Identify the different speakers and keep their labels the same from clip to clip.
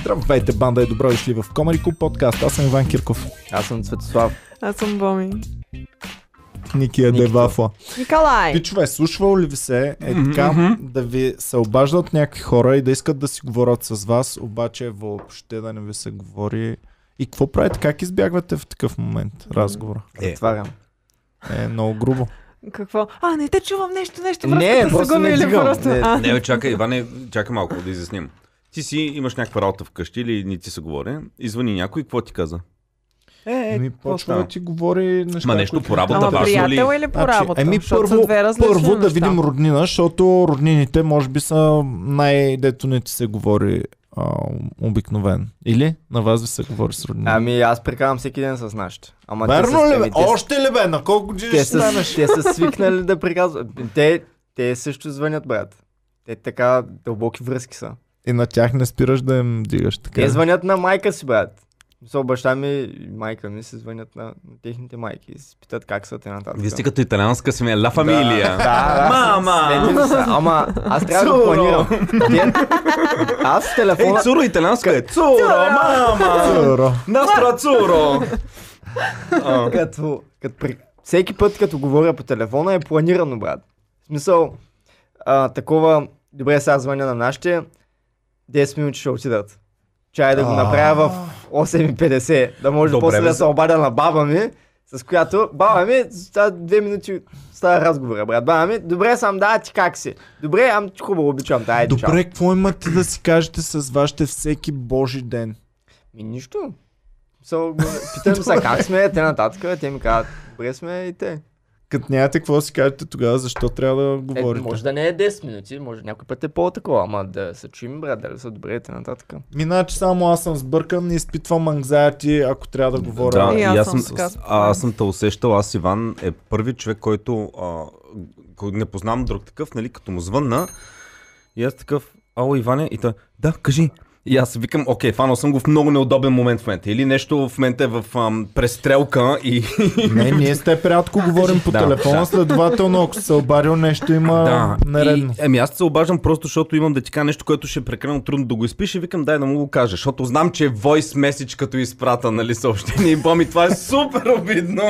Speaker 1: Здравейте, банда е добро дошли в Комарико подкаст. Аз съм Иван Кирков.
Speaker 2: Аз съм Светослав.
Speaker 3: Аз съм Боми.
Speaker 1: Ники е девафла.
Speaker 3: Николай!
Speaker 1: Пичове, слушвал ли ви се е
Speaker 2: Мгм,
Speaker 1: така
Speaker 2: мгм.
Speaker 1: да ви се обаждат някакви хора и да искат да си говорят с вас, обаче въобще да не ви се говори. И какво правите? Как избягвате в такъв момент разговора?
Speaker 2: Е. Отварям.
Speaker 1: Е много грубо.
Speaker 3: Какво? А, не те чувам нещо, нещо.
Speaker 2: Не,
Speaker 3: връзката се
Speaker 2: просто
Speaker 3: губи
Speaker 2: не
Speaker 3: или
Speaker 2: дигам.
Speaker 3: просто...
Speaker 2: Не,
Speaker 3: а,
Speaker 4: Не, бе, чакай, Иване, чакай малко да изясним. Ти си имаш някаква работа вкъщи или не ти се говори, извъни някой, какво ти каза?
Speaker 2: Е,
Speaker 1: Ми почва да
Speaker 2: става?
Speaker 1: ти говори неща.
Speaker 4: Ма нещо
Speaker 1: които
Speaker 4: по работа,
Speaker 1: не
Speaker 4: Ама
Speaker 3: Ама
Speaker 4: важно ли?
Speaker 3: приятел или по
Speaker 1: Значи,
Speaker 3: работа?
Speaker 1: Еми
Speaker 3: Защото
Speaker 1: първо,
Speaker 3: са две различни
Speaker 1: първо да
Speaker 3: неща.
Speaker 1: видим роднина, защото роднините може би са най-дето не ти се говори а, обикновен. Или на вас ви се говори с роднина?
Speaker 2: Ами аз прекарам всеки ден с нашите. Ама те
Speaker 1: Верно
Speaker 2: са-
Speaker 1: ли бе?
Speaker 2: ами, те са-
Speaker 1: Още ли бе? На колко години
Speaker 2: Те
Speaker 1: ще
Speaker 2: са,
Speaker 1: станеш?
Speaker 2: те са свикнали да приказват. Те, те също звънят, брат. Те така дълбоки връзки са.
Speaker 1: И на тях не спираш да им дигаш така.
Speaker 2: Те звънят на майка си, брат. Со баща ми и майка ми се звънят на, на техните майки и се питат как са те нататък.
Speaker 4: Вие сте като италианска семья, ла фамилия.
Speaker 2: Да,
Speaker 4: Мама!
Speaker 2: следим са. Ама аз трябва да
Speaker 4: Цуро!
Speaker 2: планирам. Те- Аз с
Speaker 4: Ей,
Speaker 2: телефона...
Speaker 4: Цуро, италианска е. Цуро, мама!
Speaker 1: Цуро.
Speaker 4: Настра Цуро! А,
Speaker 2: като, като при... Всеки път, като говоря по телефона, е планирано, брат. В смисъл, а, такова, добре, сега звъня на нашите, 10 минути ще отидат. Чай да го направя в 8.50, да може
Speaker 4: Добре,
Speaker 2: после
Speaker 4: бе,
Speaker 2: да се
Speaker 4: за-
Speaker 2: обадя на баба ми, с която, баба ми, за две минути става разговора, брат. Баба ми, добре съм, да, ти как си? Добре, ам ти хубаво обичам, да, айде, чао.
Speaker 1: Добре, какво имате да си кажете с вашите всеки божи ден?
Speaker 2: Ми, нищо. So, питам се как сме, те нататък, те ми казват, добре сме и те.
Speaker 1: Като нямате какво да си кажете тогава, защо трябва да
Speaker 2: Е,
Speaker 1: говорите?
Speaker 2: може да не е 10 минути, може някой път е по-такова, ама да се чуем, брат, дали са добре и нататък.
Speaker 1: Иначе значи, само аз съм сбъркан и изпитвам анкзайти, ако трябва да говоря.
Speaker 4: Да,
Speaker 3: И аз
Speaker 4: и аз
Speaker 3: съм
Speaker 4: съм,
Speaker 3: така.
Speaker 4: а, аз съм те усещал, аз Иван е първи човек, който а, ко- не познавам друг такъв, нали, като му звънна. И аз такъв, ало Иване, и той, да, кажи. И аз викам, окей, фанал съм го в много неудобен момент в момента. Или нещо в момента е в ам, престрелка и...
Speaker 1: Не, ние с теб рядко говорим по
Speaker 4: Да,
Speaker 1: телефона,
Speaker 4: да.
Speaker 1: следователно, ако се обадил нещо има
Speaker 4: Да, и,
Speaker 1: нередно.
Speaker 4: еми аз се обаждам просто, защото имам да ти кажа нещо, което ще е прекалено трудно да го изпиша и викам дай да му го кажа, защото знам, че е voice message като изпрата, нали, съобщение и боми, това е супер обидно.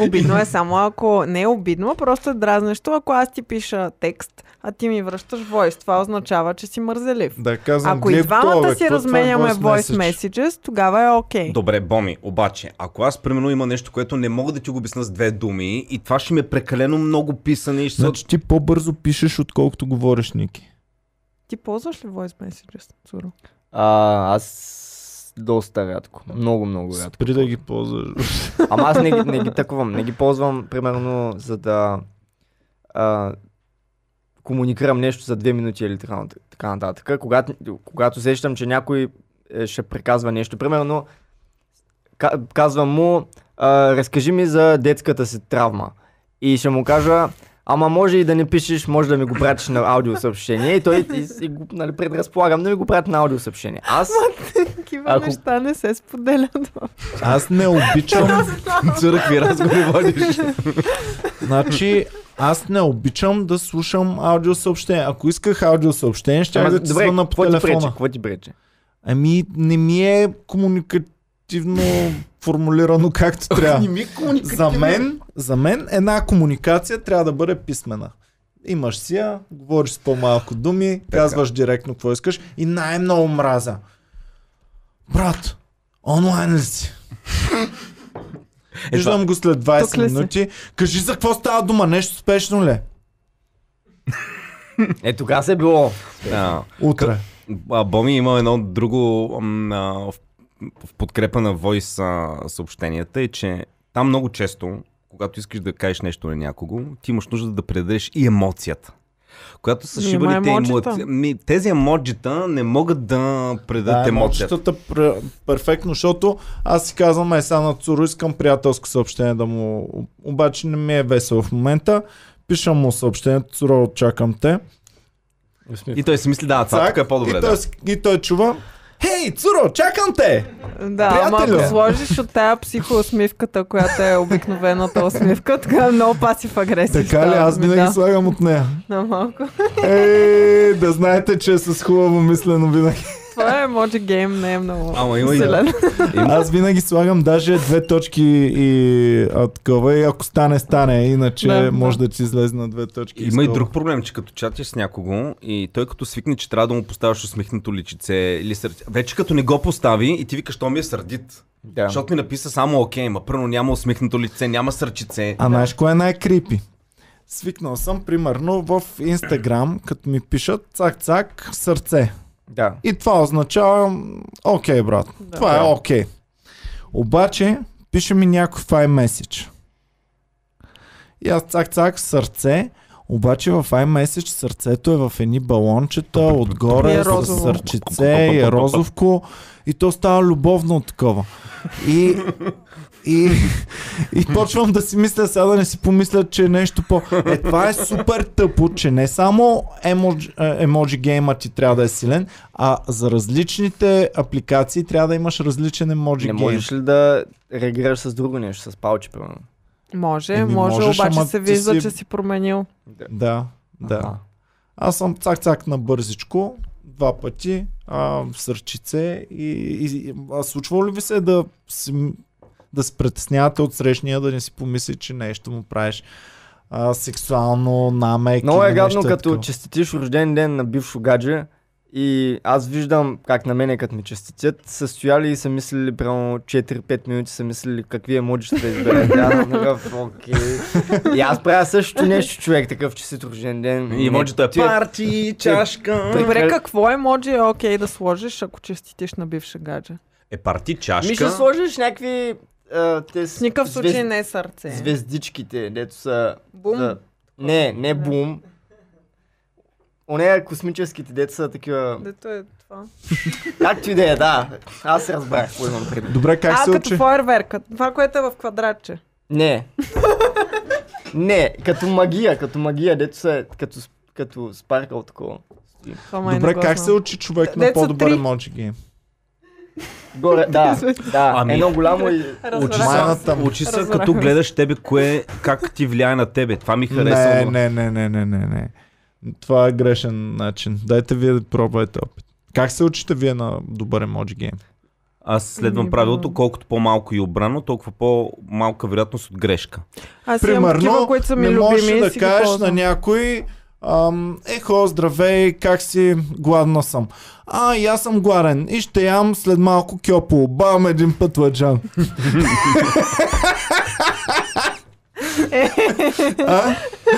Speaker 3: Обидно е само ако... Не е обидно, а просто е дразнещо. Ако аз ти пиша текст, а ти ми връщаш войс, това означава, че си мързелив.
Speaker 1: Да казвам,
Speaker 3: Ако
Speaker 1: гледай
Speaker 3: и
Speaker 1: го това, бе,
Speaker 3: двамата
Speaker 1: какво
Speaker 3: си
Speaker 1: това е
Speaker 3: разменяме voice
Speaker 1: message?
Speaker 3: messages, тогава е окей.
Speaker 4: Добре, Боми, обаче, ако аз примерно има нещо, което не мога да ти го обясна с две думи и това ще ми е прекалено много писане и ще се...
Speaker 1: Значи ти по-бързо пишеш, отколкото говориш, Ники.
Speaker 3: Ти ползваш ли voice messages, Цуро?
Speaker 2: А, аз доста рядко. Много, много рядко.
Speaker 1: Спри да ги ползваш.
Speaker 2: Ама аз не, ги- не ги такувам. Не ги ползвам, примерно, за да а, комуникирам нещо за две минути или така, нат- така нататък. Когато, когато сещам, че някой е, ще приказва нещо, примерно, ка- казвам му, а, разкажи ми за детската си травма. И ще му кажа, ама може и да не пишеш, може да ми го пратиш на аудиосъобщение. И той и, и, го, нали, предразполагам да ми го прати на аудиосъобщение. Аз...
Speaker 3: Такива
Speaker 2: Ако-
Speaker 3: неща не се споделят.
Speaker 1: Аз не обичам,
Speaker 4: Църкви разговори водиш.
Speaker 1: значи аз не обичам да слушам аудиосъобщение. Ако исках аудиосъобщение, ще
Speaker 2: Ама,
Speaker 1: да ти звънна по
Speaker 2: какво ти пречи?
Speaker 1: телефона.
Speaker 2: Какво ти пречи?
Speaker 1: Ами не ми е комуникативно формулирано както трябва.
Speaker 4: ми
Speaker 1: За мен, за мен една комуникация трябва да бъде писмена. Имаш си я, говориш с по-малко думи, така. казваш директно какво искаш и най-много мраза. Брат, онлайн ли си? Виждам го след
Speaker 3: Тук ли
Speaker 1: 20
Speaker 3: си?
Speaker 1: минути. Кажи за какво става дума, нещо спешно ли?
Speaker 2: Е, тогава се е било.
Speaker 4: Да.
Speaker 1: Утре.
Speaker 4: А, Боми има едно друго м, а, в, в подкрепа на Voice а, съобщенията е, че там много често, когато искаш да кажеш нещо на някого, ти имаш нужда да предадеш и емоцията. Когато са
Speaker 3: Ми, има
Speaker 4: шибаните
Speaker 3: емоджита.
Speaker 4: емоци... Ми, тези емоджита не могат да предадат
Speaker 1: Да,
Speaker 4: да, емоцията.
Speaker 1: емоцията пр- перфектно, защото аз си казвам, е сега на Цуро искам приятелско съобщение да му... Обаче не ми е весело в момента. Пишам му съобщението, Цуро, чакам те.
Speaker 4: И той си мисли, да, това тук е по-добре.
Speaker 1: и, той,
Speaker 4: Да.
Speaker 1: с- и той чува. Хей, Цуро, чакам те!
Speaker 3: Да, ама
Speaker 1: Приятелю!
Speaker 3: ако сложиш от тая психоусмивката, която е обикновената усмивка, така е много пасив агресив.
Speaker 1: Така ли, аз винаги
Speaker 3: да,
Speaker 1: слагам от нея.
Speaker 3: на малко.
Speaker 1: е Ей, да знаете, че е с хубаво мислено винаги.
Speaker 3: Това е може гейм, не е много.
Speaker 4: Ама има и-
Speaker 3: силен.
Speaker 1: Аз винаги слагам даже две точки и а, такова и ако стане, стане. Иначе
Speaker 3: Да, да.
Speaker 1: може да ти излезе на две точки.
Speaker 4: Има и
Speaker 1: стол.
Speaker 4: друг проблем, че като чатиш с някого и той като свикне, че трябва да му поставяш усмихнато личице или сърце. Вече като не го постави и ти викаш, то ми е сърдит.
Speaker 2: Да.
Speaker 4: Защото ми написа само окей, ма първо няма усмихнато лице, няма сърчице.
Speaker 1: А знаеш кое е най-крипи? Свикнал съм, примерно, в Инстаграм, като ми пишат цак-цак сърце.
Speaker 2: Да.
Speaker 1: И това означава, м, окей, брат,
Speaker 3: Да.
Speaker 1: това е окей. Обаче, пише ми някой iMessage. И аз цак-цак сърце, обаче в iMessage сърцето е в едни балончета,
Speaker 3: И е
Speaker 1: отгоре с
Speaker 3: розово.
Speaker 1: сърчице и е розовко и то става любовно такова. И, и, и почвам да си мисля сега да не си помисля, че е нещо по... Е, това е супер тъпо, че не само емоджи, е, емоджи гейма ти трябва да е силен, а за различните апликации трябва да имаш различен емоджи
Speaker 2: Не
Speaker 1: гейм.
Speaker 2: можеш ли да реагираш с друго нещо, с палче, примерно?
Speaker 3: Може,
Speaker 1: Еми,
Speaker 3: може,
Speaker 1: можеш,
Speaker 3: обаче
Speaker 1: ама
Speaker 3: се
Speaker 1: ти
Speaker 3: вижда,
Speaker 1: си-
Speaker 3: че си променил.
Speaker 1: Да, да.
Speaker 2: Аха.
Speaker 1: Аз съм цак-цак на бързичко, два пъти, а, сърчице и, и а случва ли ви се да си, да се притеснявате от срещния, да не си помисли, че нещо му правиш а, сексуално, намек
Speaker 2: Много
Speaker 1: или
Speaker 2: е гадно,
Speaker 1: нещо
Speaker 2: като
Speaker 1: такова?
Speaker 2: честитиш рожден ден на бившо гадже и аз виждам как на мене, като ми честитят, са стояли и са мислили прямо 4-5 минути, са мислили какви емоджи ще изберете. Аз съм такъв, окей. И аз правя същото нещо, човек, такъв честит рожден ден. е
Speaker 4: И може да е
Speaker 2: Ти е-
Speaker 4: парти, чашка.
Speaker 3: Добре,
Speaker 2: Прекал-
Speaker 3: какво емоджи е окей да сложиш, ако честитиш на бивша гадже?
Speaker 4: Е парти,
Speaker 2: Ми ще
Speaker 4: чашка.
Speaker 2: сложиш някакви... а, те
Speaker 3: В никакъв
Speaker 2: звез-
Speaker 3: случай не е сърце.
Speaker 2: Звездичките, дето са...
Speaker 3: Бум.
Speaker 2: за- Не, не бум. Оне космическите дето са такива...
Speaker 3: Дето е това.
Speaker 2: Както и да е, да. Аз разбрах какво имам предвид.
Speaker 1: Добре, как
Speaker 3: а,
Speaker 1: се
Speaker 3: като
Speaker 1: учи?
Speaker 3: фойерверка. Това, което е в квадратче.
Speaker 2: Не. не, като магия, като магия, дето са, като, с- като спаркал такова.
Speaker 3: Това май не
Speaker 1: Добре,
Speaker 3: го
Speaker 1: как
Speaker 3: знам.
Speaker 1: се учи човек на
Speaker 3: Деца
Speaker 1: по-добър
Speaker 3: е три.
Speaker 1: емоджи гейм?
Speaker 2: Горе, да, да,
Speaker 4: Ами-
Speaker 2: едно голямо и...
Speaker 4: Учи
Speaker 3: Разбрах.
Speaker 4: са,
Speaker 1: Майната му.
Speaker 4: учи са
Speaker 3: Разбрах.
Speaker 4: като гледаш тебе, кое, как ти влияе на тебе. Това ми харесва.
Speaker 1: Не,
Speaker 4: ама.
Speaker 1: не, не, не, не, не, не. Това е грешен начин. Дайте вие да пробвайте опит. Как се учите вие на добър емоджи гейм?
Speaker 4: Аз следвам
Speaker 3: Ми,
Speaker 4: правилото,
Speaker 3: да.
Speaker 4: колкото по-малко и обрано, толкова по-малка вероятност от грешка.
Speaker 3: Аз имам такива,
Speaker 1: Примерно,
Speaker 3: които са ми
Speaker 1: не можеш
Speaker 3: любими и
Speaker 1: да
Speaker 3: си ги
Speaker 1: кажеш на
Speaker 3: ползвам.
Speaker 1: някой ам, Ехо, здравей, как си? Гладна съм. А, и аз съм гладен. И ще ям след малко кьопо. Бам, един път лъджан. а?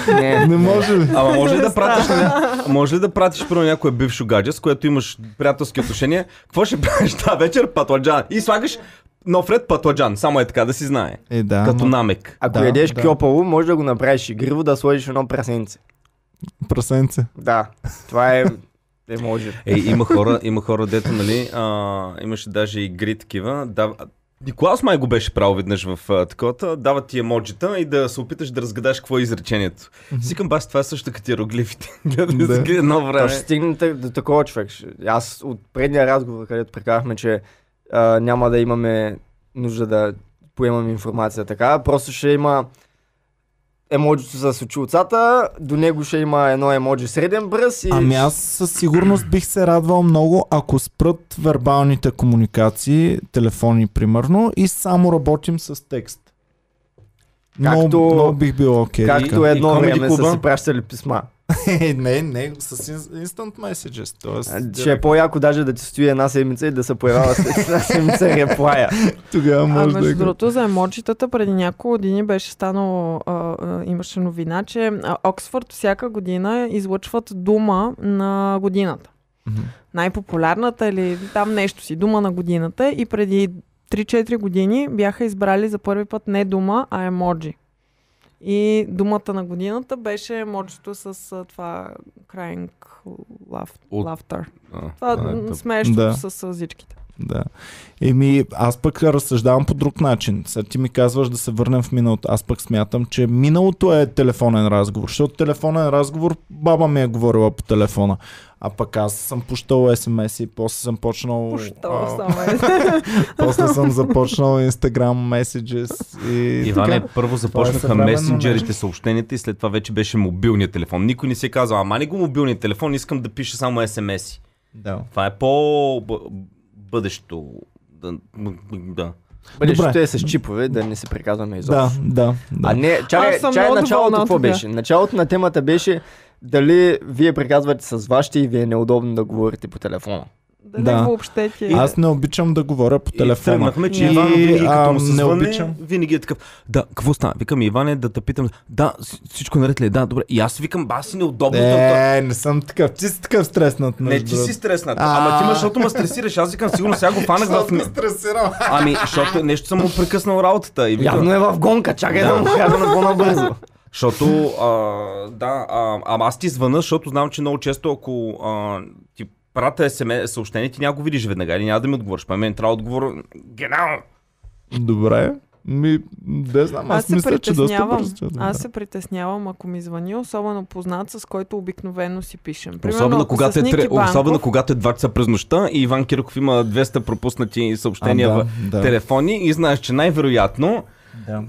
Speaker 2: Не,
Speaker 1: Не може ли?
Speaker 4: Ама може ли да пратиш, на... може ли да пратиш първо някое бившо гадже, с което имаш приятелски отношения? Какво ще правиш тази вечер? Патладжан. И слагаш нов ред патладжан. Само е така да си знае.
Speaker 1: Е, да.
Speaker 4: като
Speaker 1: ама
Speaker 4: намек.
Speaker 2: Ако
Speaker 1: Да,
Speaker 2: ядеш
Speaker 1: да.
Speaker 2: кьопало, може да го направиш игриво, да сложиш едно прасенце.
Speaker 1: Прасенце.
Speaker 2: Да, това е... Не може.
Speaker 4: Е, има хора, има хора, дето, нали, а, имаше даже игри такива. Да, Николас май го беше правил веднъж в а, таковата, дава ти емоджита и да се опиташ да разгадаш какво е изречението. Сикам бас, това е също като иероглифите. Гледай
Speaker 1: Да.
Speaker 4: да. едно
Speaker 2: То
Speaker 4: време.
Speaker 2: ще стигне та- до такова човек. Ще- Аз от предния разговор, където прекарахме, че а, няма да имаме нужда да поемам информация така, просто ще има емоджито с очилцата, до него ще има едно емоджи среден бръс и...
Speaker 1: Ами аз със сигурност бих се радвал много, ако спрат вербалните комуникации, телефони примерно, и само работим с текст. Както...
Speaker 2: Както-
Speaker 1: Много, много бих бил окей. така.
Speaker 2: Както
Speaker 4: и
Speaker 2: едно
Speaker 4: Comedy
Speaker 2: време са
Speaker 4: Club-а.
Speaker 2: си пращали писма.
Speaker 1: Е, не, не, с ин- instant messages, т.е.
Speaker 2: Ще е по-яко даже да ти стои една седмица и да се появява след една седмица реплая.
Speaker 1: тогава
Speaker 3: А
Speaker 1: може
Speaker 3: между
Speaker 1: да е...
Speaker 3: другото, за емоджитата преди няколко години беше станало, а, а, имаше новина, че а, Оксфорд всяка година излъчват дума на годината.
Speaker 1: Мгм.
Speaker 3: Най-популярната или там нещо си, дума на годината и преди 3-4 години бяха избрали за първи път не дума, а емоджи. И думата на годината беше емоджито с а, това crying laugh,
Speaker 4: От-
Speaker 3: laughter.
Speaker 4: А,
Speaker 3: Това
Speaker 4: да,
Speaker 3: м,
Speaker 4: тъп.
Speaker 3: смеещото
Speaker 1: е, Да.
Speaker 3: с сълзичките.
Speaker 1: Да. Еми, аз пък разсъждавам по друг начин. Сега ти ми казваш да се върнем в миналото. Аз пък смятам, че миналото е телефонен разговор. Защото телефонен разговор баба ми е говорила по телефона. А пък аз съм пущал смс и после съм почнал...
Speaker 3: Пущал
Speaker 1: а,
Speaker 3: само е.
Speaker 1: После съм започнал Instagram Messages и
Speaker 4: Иване,
Speaker 1: така.
Speaker 4: първо
Speaker 1: Това е
Speaker 4: започнаха
Speaker 1: съвременно
Speaker 4: месенджерите, съобщенията и след това вече беше мобилният телефон. Никой не си е казал, ама не го мобилният телефон, искам да пиша само смс-и.
Speaker 1: Да.
Speaker 4: Това е по б- бъдещето. Да. м- м- да.
Speaker 2: Бъдещето е с чипове, да не се приказваме изобщо.
Speaker 1: Да, да, да.
Speaker 2: А не, чакай,
Speaker 3: Аз съм
Speaker 2: чакай
Speaker 3: много
Speaker 2: началото
Speaker 3: доволна
Speaker 2: какво
Speaker 3: от това.
Speaker 2: беше? Началото на темата беше дали вие приказвате с вашите и ви е неудобно да говорите по телефона.
Speaker 3: Дали
Speaker 1: Да.
Speaker 3: въобще ти е.
Speaker 1: Аз не обичам да говоря по
Speaker 4: И
Speaker 1: телефона.
Speaker 4: тръгнахме, че
Speaker 1: И,
Speaker 4: Иван винаги като
Speaker 1: ам,
Speaker 4: му се
Speaker 1: не
Speaker 4: звъне,
Speaker 1: обичам.
Speaker 4: винаги е такъв. Да, какво стана? Викам Иване да те питам. Да, с- всичко наред ли е? Да, добре. И аз викам, ба си неудобно. да-
Speaker 1: Е, не съм такъв. Ти си такъв стреснат.
Speaker 4: Не,
Speaker 1: между
Speaker 4: ти си
Speaker 1: другото.
Speaker 4: стреснат.
Speaker 1: А.
Speaker 4: Ама ти имаш, защото ме стресираш. Аз викам, сигурно сега го фанах в...
Speaker 1: Защото ме стресирам.
Speaker 4: Ами, защото нещо съм му прекъснал работата. И викам,
Speaker 2: Явно е в гонка, чакай да,
Speaker 4: Да.
Speaker 2: му кажа на по-набързо.
Speaker 4: Защото, а, да, а, ама аз ти звъна, защото знам, че много често, ако а, ти прата SMS съобщение, ти няма го видиш веднага или няма да ми отговориш. Па мен трябва да отговоря. Генерално!
Speaker 1: Добре. Ми, не знам, аз,
Speaker 3: Аз се
Speaker 1: мисля, че доста е
Speaker 3: притеснявам.
Speaker 1: бързо. ще да
Speaker 3: Аз
Speaker 1: бъда.
Speaker 3: се притеснявам, ако ми звъни, особено познат, с който обикновено си пишем. Примерно,
Speaker 4: Особено
Speaker 3: ако с
Speaker 4: когато, е,
Speaker 3: Ники
Speaker 4: тре-
Speaker 3: Банков,
Speaker 4: особено когато е 2 часа през нощта и Иван Кирков има 200 пропуснати съобщения
Speaker 1: А, да,
Speaker 4: в
Speaker 1: да.
Speaker 4: телефони и знаеш, че най-вероятно
Speaker 1: Да.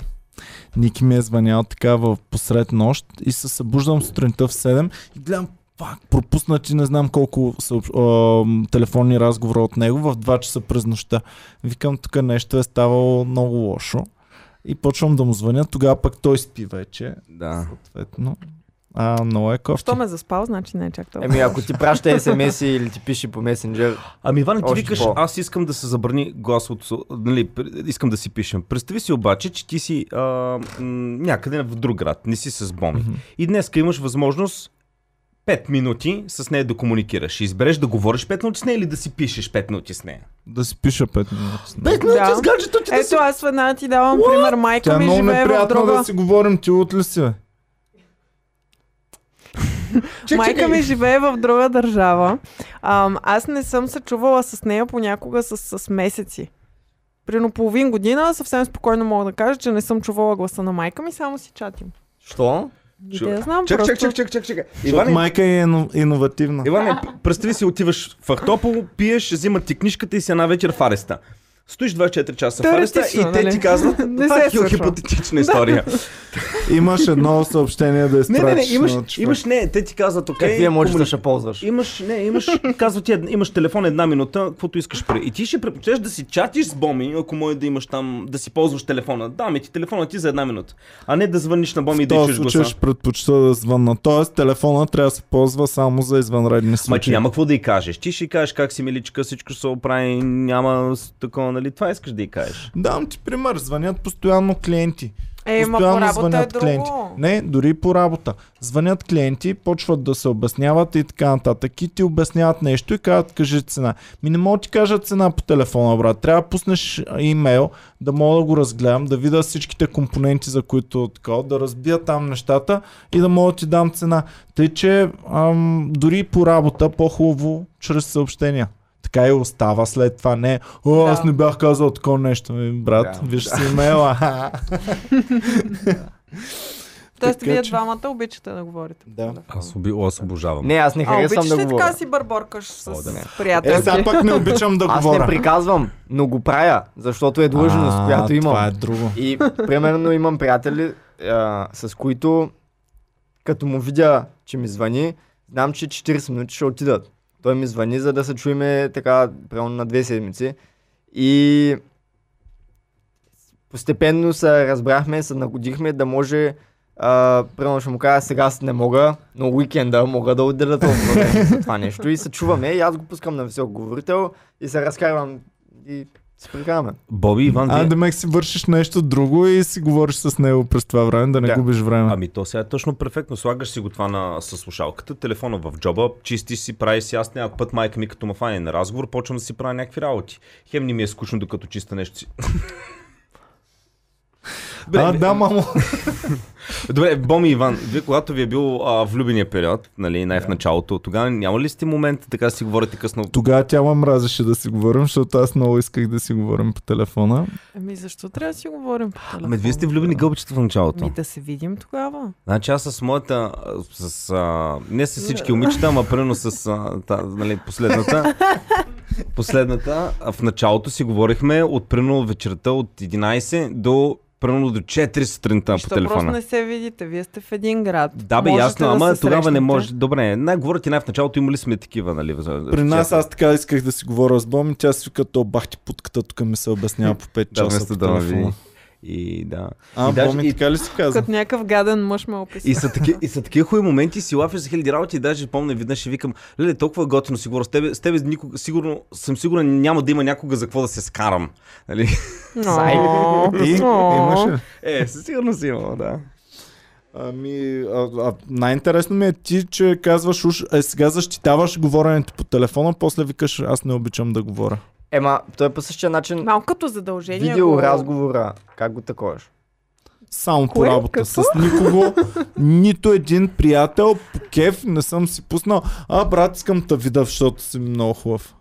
Speaker 1: Ники ми е звънял така в посред нощ и се събуждам сутринта в 7 и гледам пак пропуснати не знам колко съобщ... а, телефонни разговора от него в 2 часа през нощта. Викам, тук нещо е ставало много лошо и почвам да му звъня. Тогава пък той спи вече,
Speaker 4: да.
Speaker 1: съответно. А, много е кофти.
Speaker 3: Що ме заспал, значи не е чак толкова.
Speaker 2: Еми, ако ти праща смс или ти пише по месенджер,
Speaker 4: Ами, Иван, ти
Speaker 2: Още
Speaker 4: викаш,
Speaker 2: по.
Speaker 4: аз искам да се забрани гласото, нали, пр- искам да си пишем. Представи си обаче, че ти си а, м, някъде в друг град, не си с Боми.
Speaker 1: Мгм.
Speaker 4: И днес имаш възможност 5 минути с нея да комуникираш. Избереш да говориш 5 минути с нея или да си пишеш 5 минути с нея.
Speaker 1: Да си пиша 5 минути. с него.
Speaker 3: Да.
Speaker 4: Е, гаджето ти
Speaker 3: Ето аз веднага ти давам пример. Майка
Speaker 1: Тя
Speaker 4: Ами,
Speaker 1: е
Speaker 3: ми
Speaker 1: много
Speaker 3: живее в
Speaker 1: неприятно
Speaker 3: друга.
Speaker 1: да си говорим, ти от ли си? бе?
Speaker 3: Майка ми живее в друга държава. Ам, аз не съм се чувала с нея понякога с, с месеци. Прино половин година съвсем спокойно мога да кажа, че не съм чувала гласа на майка ми, само си чатим.
Speaker 2: що?
Speaker 4: Чу-
Speaker 3: Чу... Да знам,
Speaker 4: Чак, чак,
Speaker 3: просто...
Speaker 4: чак, чак, чак, чак.
Speaker 1: Защото
Speaker 4: Иван,
Speaker 1: майка е ино- иновативна.
Speaker 4: Иване, п- представи си, отиваш в Ахтопол, пиеш, взимат ти книжката и си една вечер в ареста. Стоиш 24 часа в ареста и
Speaker 3: Теоретично,
Speaker 4: те
Speaker 3: нали?
Speaker 4: ти казват,
Speaker 3: Не
Speaker 4: това
Speaker 3: се
Speaker 4: е хил-
Speaker 3: случва.
Speaker 4: хипотетична история.
Speaker 1: Имаш едно съобщение да
Speaker 4: Не,
Speaker 1: изпратиш.
Speaker 4: не, не, имаш,
Speaker 1: на човек.
Speaker 4: имаш, не, те ти казват, окей,
Speaker 2: Какви емоджи
Speaker 4: комуни-
Speaker 2: ще ползваш?
Speaker 4: Имаш, не, имаш, казва ти, една- имаш телефон една минута, каквото искаш пари. И ти ще предпочиташ да си чатиш с Боми, ако може да имаш там, да си ползваш телефона. Да, ми ти телефона ти за една минута. А не да звъниш на Боми и
Speaker 1: В
Speaker 4: да й
Speaker 1: този
Speaker 4: чуеш
Speaker 1: случай
Speaker 4: гласа.
Speaker 1: ще предпочита да е звънна. Тоест, телефона трябва да се ползва само за извънредни случаи.
Speaker 4: Ма ти няма какво да й кажеш. Ти ще й кажеш как си миличка, всичко се оправи, няма с- такова, нали? Това искаш да й кажеш.
Speaker 1: Дам ти пример. Звънят постоянно клиенти.
Speaker 3: Е, ма по
Speaker 1: постоянно
Speaker 3: работа е
Speaker 1: звънят клиенти.
Speaker 3: друго.
Speaker 1: Не, дори по работа. Звънят клиенти, почват да се обясняват и така нататък. И ти обясняват нещо и казват, кажи цена. Ми не мога да ти кажа цена по телефона, брат. Трябва да пуснеш а, имейл, да мога да го разгледам, да видя всичките компоненти, за които така, да разбия там нещата и да мога да ти дам цена. Тъй, че ам, дори по работа по-хубаво чрез съобщения. Така и остава след това. Не, о, аз
Speaker 3: Да.
Speaker 1: не бях казал такова нещо, ми, брат.
Speaker 2: Да.
Speaker 1: Виж си имейла.
Speaker 3: Тоест,
Speaker 1: Така
Speaker 3: вие
Speaker 1: че-
Speaker 3: двамата обичате да говорите.
Speaker 1: Да.
Speaker 4: Аз, оби, аз обожавам.
Speaker 2: Не, аз не
Speaker 3: А,
Speaker 2: харесвам
Speaker 3: обичаш
Speaker 2: Е, да
Speaker 3: ли така
Speaker 2: говоря.
Speaker 3: си бърборкаш с
Speaker 4: О, да не.
Speaker 1: Е,
Speaker 3: приятелки?
Speaker 1: сега пак не обичам да
Speaker 2: Аз
Speaker 1: говоря.
Speaker 2: не приказвам, но го правя, защото е длъжност,
Speaker 1: А,
Speaker 2: която имам.
Speaker 1: Това е друго.
Speaker 2: И примерно имам приятели, а, с които като му видя, че ми звъни, знам, че 40 минути ще отидат. Той ми звъни, за да се чуеме така, примерно на две седмици. И постепенно се разбрахме, се нагодихме да може а, примерно ще му кажа, сега не мога, но уикенда мога да отделя толкова време за това нещо и се чуваме и аз го пускам на висок говорител и се разкарвам и се прикараме.
Speaker 4: Боби Иван,
Speaker 1: А,
Speaker 4: вие...
Speaker 1: да мек си вършиш нещо друго и си говориш с него през това време, да не
Speaker 2: Да.
Speaker 1: губиш време.
Speaker 4: Ами то сега е точно перфектно. Слагаш си го това на, със слушалката, телефона в джоба, чистиш си, правиш си. Аз някой път майка ми като ма фане на разговор, почвам да си правя някакви работи. Хем не ми е скучно, докато чиста нещо си. Бе,
Speaker 1: а,
Speaker 4: бе,
Speaker 1: да, мамо.
Speaker 4: Добре, Боми Иван, вие когато ви е бил а, влюбения период, нали, най-в началото, тогава няма ли сте момент така си говорите късно?
Speaker 1: Тогава тя ме мразеше да си говорим, защото аз много исках да си говорим по телефона.
Speaker 3: Ами защо трябва да си говорим по телефона?
Speaker 4: Ами, вие сте влюбени гълбчета в началото.
Speaker 3: Ми да се видим тогава.
Speaker 4: Значи аз с моята, а, с, а, не с всички момичета, ама примерно с а, та, нали, последната. Последната, а, в началото си говорихме от примерно вечерта от 11 до примерно примерно до 4 сутринта по
Speaker 3: Що просто
Speaker 4: телефона.
Speaker 3: не се видите, вие сте в един град.
Speaker 4: Да, бе,
Speaker 3: Можете
Speaker 4: ясно,
Speaker 3: да
Speaker 4: ама
Speaker 3: се
Speaker 4: тогава не
Speaker 3: срещнете.
Speaker 4: може. Добре, най говоря ти най в началото имали сме такива, нали? за-
Speaker 1: При нас
Speaker 4: честно.
Speaker 1: аз така исках да си говоря с Боми, тя си вика, то бах ти путката, тук ми се обяснява по 5
Speaker 4: Да,
Speaker 1: часа
Speaker 4: вместо
Speaker 1: по
Speaker 4: да ме види.
Speaker 1: телефона.
Speaker 4: И да.
Speaker 1: А,
Speaker 4: И даже-
Speaker 1: Боми,
Speaker 4: и-
Speaker 1: така ли си каза?
Speaker 3: Като някакъв гаден мъж ме описа.
Speaker 4: И са, таки, и са такива хубави моменти, си лафиш за хиляди работи и даже помня веднъж и викам, леле, толкова е готино си говоря с тебе, с тебе никога, сигурно, съм сигурен няма да има някога за какво да се скарам. Нали?
Speaker 3: Но,
Speaker 1: И, имаше. ли?
Speaker 4: Е, със сигурност има, да.
Speaker 1: Ами, а, а, най-интересно ми е ти, че казваш, уж, е, сега защитаваш говоренето по телефона, после викаш, аз не обичам да говоря.
Speaker 2: Ема, той е по същия начин.
Speaker 3: Малко като задължение. го-
Speaker 2: Видеоразговора. Как го таковаш?
Speaker 1: Само по
Speaker 3: Кое?
Speaker 1: работа.
Speaker 3: Какво?
Speaker 1: С никого, нито един приятел, по кеф не съм си пуснал. А, брат, искам да видя, защото си много хубав.